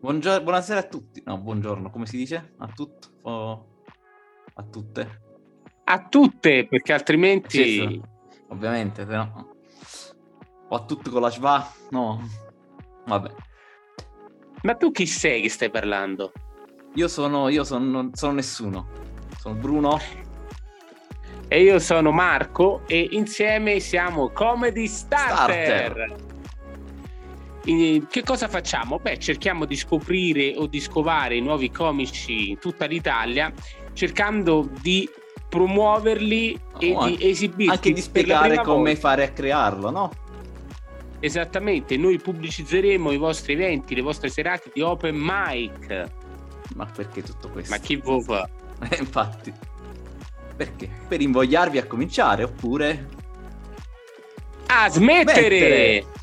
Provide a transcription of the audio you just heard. Buongior- buonasera a tutti. No, buongiorno, come si dice? A tutto? o a tutte? A tutte, perché altrimenti... Certo, Ovviamente, se no. O a tutto con la schwa? No. Vabbè. Ma tu chi sei che stai parlando? Io sono, io sono, sono nessuno. Sono Bruno. E io sono Marco e insieme siamo Comedy Starter. Eh, Che cosa facciamo? Beh, cerchiamo di scoprire o di scovare nuovi comici in tutta l'Italia, cercando di promuoverli e Oh, di esibirli. Anche di spiegare come fare a crearlo, no? Esattamente, noi pubblicizzeremo i vostri eventi, le vostre serate di open mic. Ma perché tutto questo? Ma chi vuole? Eh, Infatti. Perché? Per invogliarvi a cominciare, oppure A smettere! Smettere!